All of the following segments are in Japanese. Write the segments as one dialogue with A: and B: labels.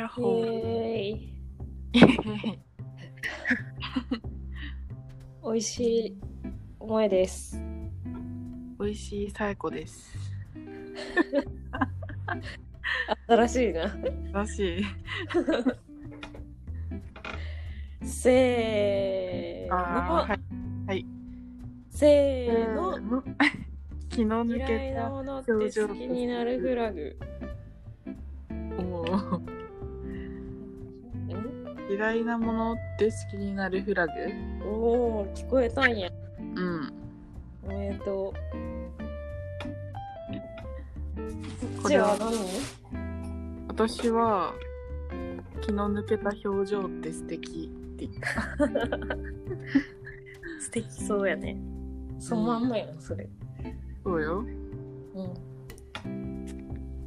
A: えー、美味しい思いです。
B: 美味しいサエコです。
A: 新しいな。
B: らしい。
A: せーの、
B: あーはい。
A: せ
B: せ
A: ー
B: ー
A: の、
B: の 気の抜
A: 嫌
B: け
A: いな
B: た。
A: ものって好きになるフラグ。
B: おー嫌いなものって好きになるフラグ。
A: んおー、聞こえたんや。
B: うん。
A: おめでとう。こ
B: こ
A: っち
B: れ
A: は
B: は
A: 何
B: 私は気の抜けた表情って素敵って言った。
A: 素敵そうやね。そのまんまやん、それ。
B: そうよ。
A: うん。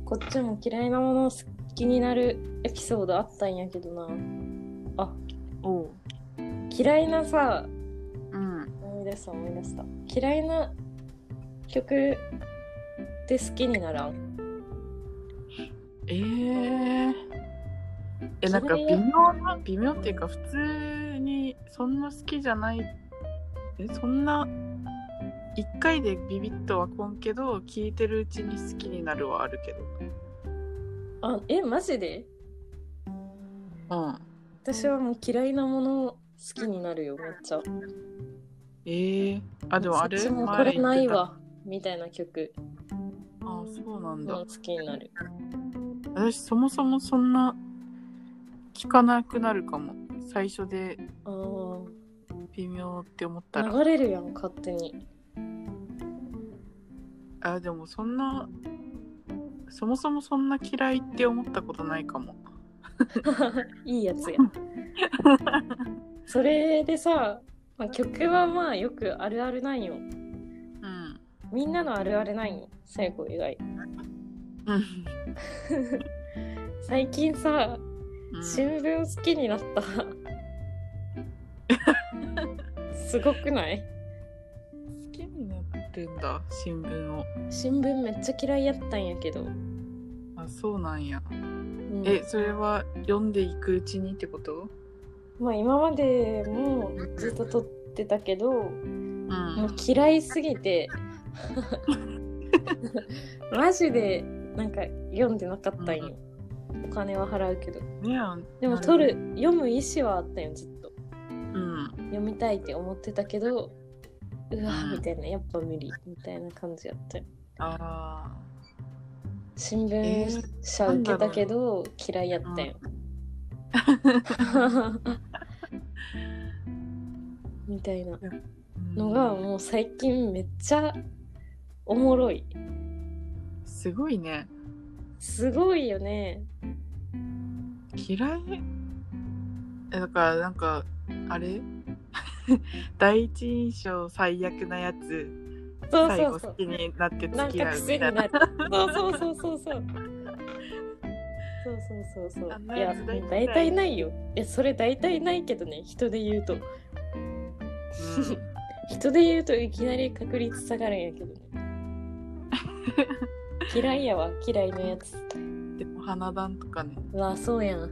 A: こっちも嫌いなもの好きになるエピソードあったんやけどな。
B: おう。
A: 嫌いなさ、
B: うん。
A: 思い出した思い出した。嫌いな曲って好きにならん。
B: えー。え、なんか微妙な、微妙っていうか普通にそんな好きじゃない。え、そんな。一回でビビッとはこんけど、聞いてるうちに好きになるはあるけ
A: あ、え、マジで
B: ど。うん。
A: 私はもう嫌いなもの好きになるよ、めっちゃ。
B: えー。あ、でもあれ
A: そっちも
B: 前
A: これ
B: 言っ
A: な
B: て
A: い
B: た
A: わ、みたいな曲
B: あ、そうなんだ。
A: も好きになる。
B: 私そもそもそんな聞かなくなるかも最初で
A: あー
B: 微妙って思ったら
A: 流れるやん、勝手に。
B: あでもそんなそもそもそんな嫌いって思ったことないかも
A: いいや つや。それでさ、まあ、曲はまあよくあるあるなんよ。
B: うん
A: みんなのあるあるなんよ、最後以外。
B: うん
A: 最近さ、
B: うん
A: 新聞好きになった。 すごくない
B: 好きになってんだ新聞を
A: 新聞めっちゃ嫌いやったんやけど。
B: あそうなんや
A: うん
B: えそれは読んでいくうちにってこと
A: まあ今までもずっと撮ってたけど、
B: うん
A: もう嫌いすぎ てマジでなんか読んでなかったんよ、お金は払うけど
B: ねあ
A: でも撮る読む意思はあったよずっと
B: うん
A: 読みたいって思ってたけどうわ
B: うん
A: みたいなやっぱ無理みたいな感じやったよ
B: あ
A: 新
B: え
A: 聞
B: ー
A: 社受けたけど、嫌いやったよ、みたいな
B: ー
A: のがもう最近めっちゃおもろい
B: すごいね
A: すごいよね
B: 嫌いえだからなんかあれ 第一印象最悪なやつ
A: そう
B: 最
A: そう
B: 後
A: そ
B: 好
A: う
B: きになって付
A: な
B: き合
A: んか
B: うみた
A: 癖
B: い
A: にな
B: な
A: るそうそうそうそうそうそうそうそう
B: あん
A: そう
B: ない
A: や
B: やつ大体ない
A: 大体ないよいやそれ大体ないけどね人で言うと人で言うといきなり確率下がるんやけど ね嫌いやわ嫌いのやつ
B: うん、でも花壇とかね
A: うわそうやん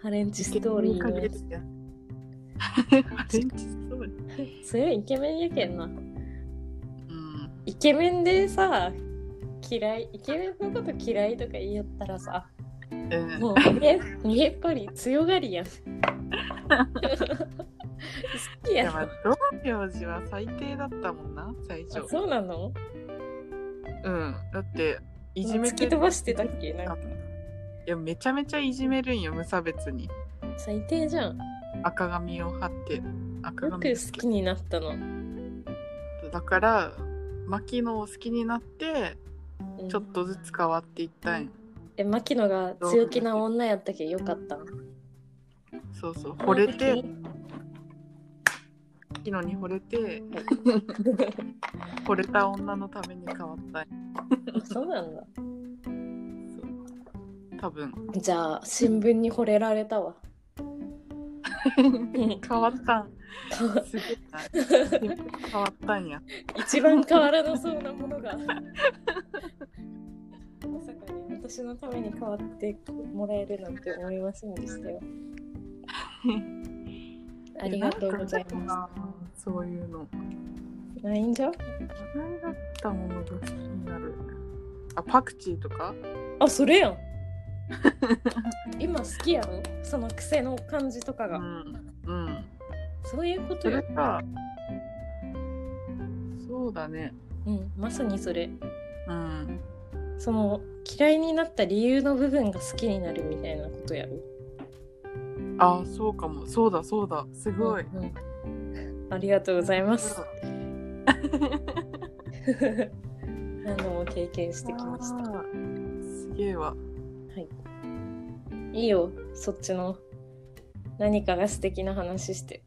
A: ハレンチストーリーのや
B: イケメンかけ
A: つ
B: てるやんハレ ンチストーリー
A: それはイケメンやけんな
B: うん
A: イケメンでさ嫌いイケメンのこと嫌いとか言いよったらさ
B: うん
A: もう逃げ逃げっぱり強 がりやん。好き
B: で
A: や
B: も
A: ん。
B: 道明寺は最低だったもんな最初
A: あそうなの
B: うんだっていじめ
A: 突き飛ばしてたっけなんか
B: いやめちゃめちゃいじめるんよ無差別に
A: 最低じゃん。
B: 赤髪を貼って赤
A: よく
B: 髪
A: 好きになったの。
B: だから牧野を好きになって
A: うん
B: ちょっとずつ変わっていったんよ
A: え、牧野が強気な女やったけよかったん。
B: そうそう惚れて牧野に惚れて惚れた女のために変わったんよ
A: そうなんだ。
B: そう多分
A: じゃあ、新聞に惚れられ たわ。
B: 変わった んすげえな変わったんや。
A: 一番変わらなそうなものが。まさかね、私のために変わってもらえるなんて思いませんでしたよ ありがとうございます
B: そういうの。
A: すないんじゃ
B: 何だったものが気になる。あ、パクチーとか
A: あ それやん今好きやろその癖の感じとか
B: う
A: が、
B: ん。うん。
A: そういうこ
B: そ
A: と
B: れ
A: よ、
B: さ、そうだね。
A: うん、まさにそれ
B: うん。
A: その嫌いになった理由の部分が好きになるみたいなことやろ
B: あ、そうかも。そうだ、そうだ。すごい。
A: うんうんありがとうございます。あの経験してきました。
B: あーすげえわ。
A: いいよ、そっちの何かが素敵な話して。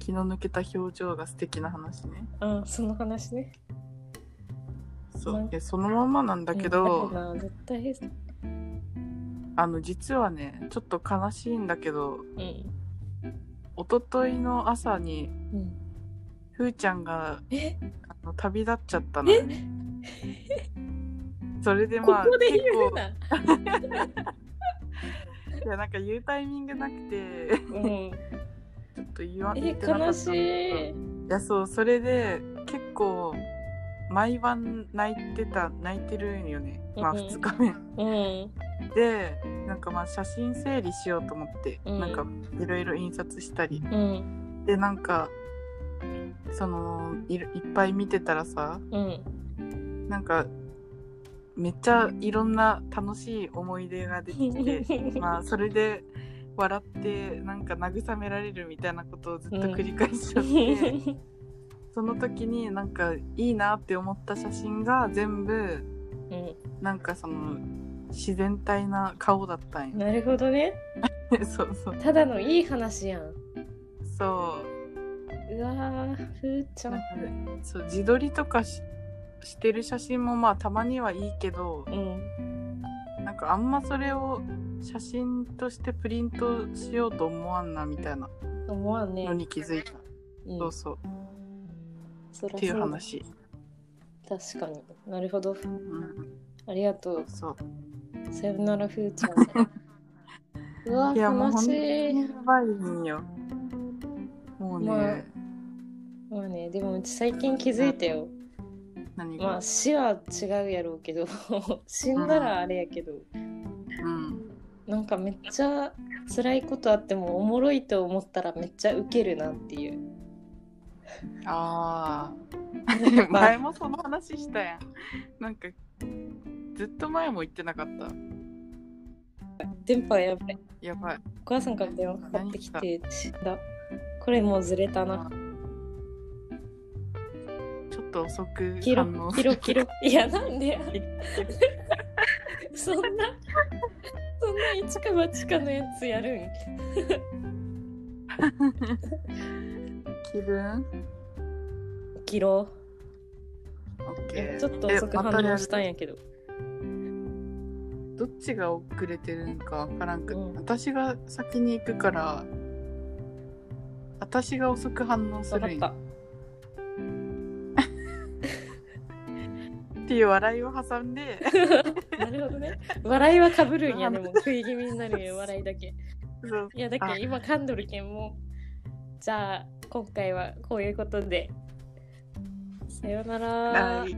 B: 気の抜けた表情が素敵な話ね。
A: ああ、その話ね。
B: そう。
A: うん
B: いやそのまんまなんだけ
A: う
B: ど
A: ん、あるな絶対です。
B: あの、実はね、ちょっと悲しいんだけど、
A: うん。
B: 一昨日の朝に、
A: うん、
B: ふーちゃんが
A: え
B: あの旅立っちゃったのよね。 それで
A: こ
B: まあ
A: こで言
B: 結
A: う
B: 構
A: な。
B: いやなんか言うタイミングなくて
A: うん、
B: ちょっと言わ
A: え
B: 言ってなか
A: 悲
B: った
A: しい。
B: いやそうそれで結構毎晩泣いてた泣いてるんよねまあ
A: うん
B: 2日目
A: うん
B: でなんかまあ写真整理しようと思って、
A: うん
B: なんかいろいろ印刷したり
A: うん
B: でなんかそのいろいっぱい見てたらさ
A: うん。
B: なんかめっちゃいろんな楽しい思い出が出てき てまあそれで笑ってなんか慰められるみたいなことをずっと繰り返しちゃって、 その時になんかいいなって思った写真が全部
A: う
B: なんかその自然体な顔だったん
A: ん、
B: よね。
A: なるほどね。
B: そうそう
A: ただのいい話やん。
B: そう
A: わー、ふーち
B: う
A: ゃ
B: なん
A: ん。
B: かねそう自撮りとかししてる写真もまあたまにはいいけど
A: うん。
B: なんかあんまそれを写真としてプリントしようと思わんなみたいな
A: 思わんね。
B: のに気づいた。
A: うん
B: そうそう
A: そりゃ
B: っていう
A: そうだ
B: 話。
A: 確かになるほど
B: うん、
A: ありがとう
B: そう。
A: さよならふーちゃ んうわ
B: いやもう
A: 悲
B: 本
A: し
B: 当にや
A: い
B: ばいんよ。もうね、
A: まあまあねでもうち最近気づいたよ
B: 何が、
A: まあ死は違うやろうけ ど死んだらあれやけど、
B: うん。
A: なんかめっちゃ辛いことあってもおもろいと思ったらめっちゃウケるなっていう
B: ああ。 前もその話したやん。なんかずっと前も言ってなかった。
A: 電波やばい
B: やばい。
A: お母さんから電話かかってきて死んだこれもうずれたな
B: ちょっと遅く
A: キロ
B: 反応
A: キロキ ロいやなんでやそんな、そんな一か八かのやつやるん。
B: 気分
A: 切ろ
B: オッ
A: う。
B: ケー。
A: ちょっと遅く
B: えま
A: 反
B: や
A: 応
B: る
A: したんやけど。
B: どっちが遅れてるんかわからんく、
A: うん
B: 私が先に行くから私が遅く反応す
A: わか
B: る
A: っ
B: ん
A: た
B: や。っていう笑いを挟ん で
A: なるほどね。笑いはかぶるんやでも食い気味になるよ笑いだけ。
B: そう
A: いやだけど
B: あ
A: 今噛んどるけんもう。じゃあ今回はこういうことで。さようなら。
B: はい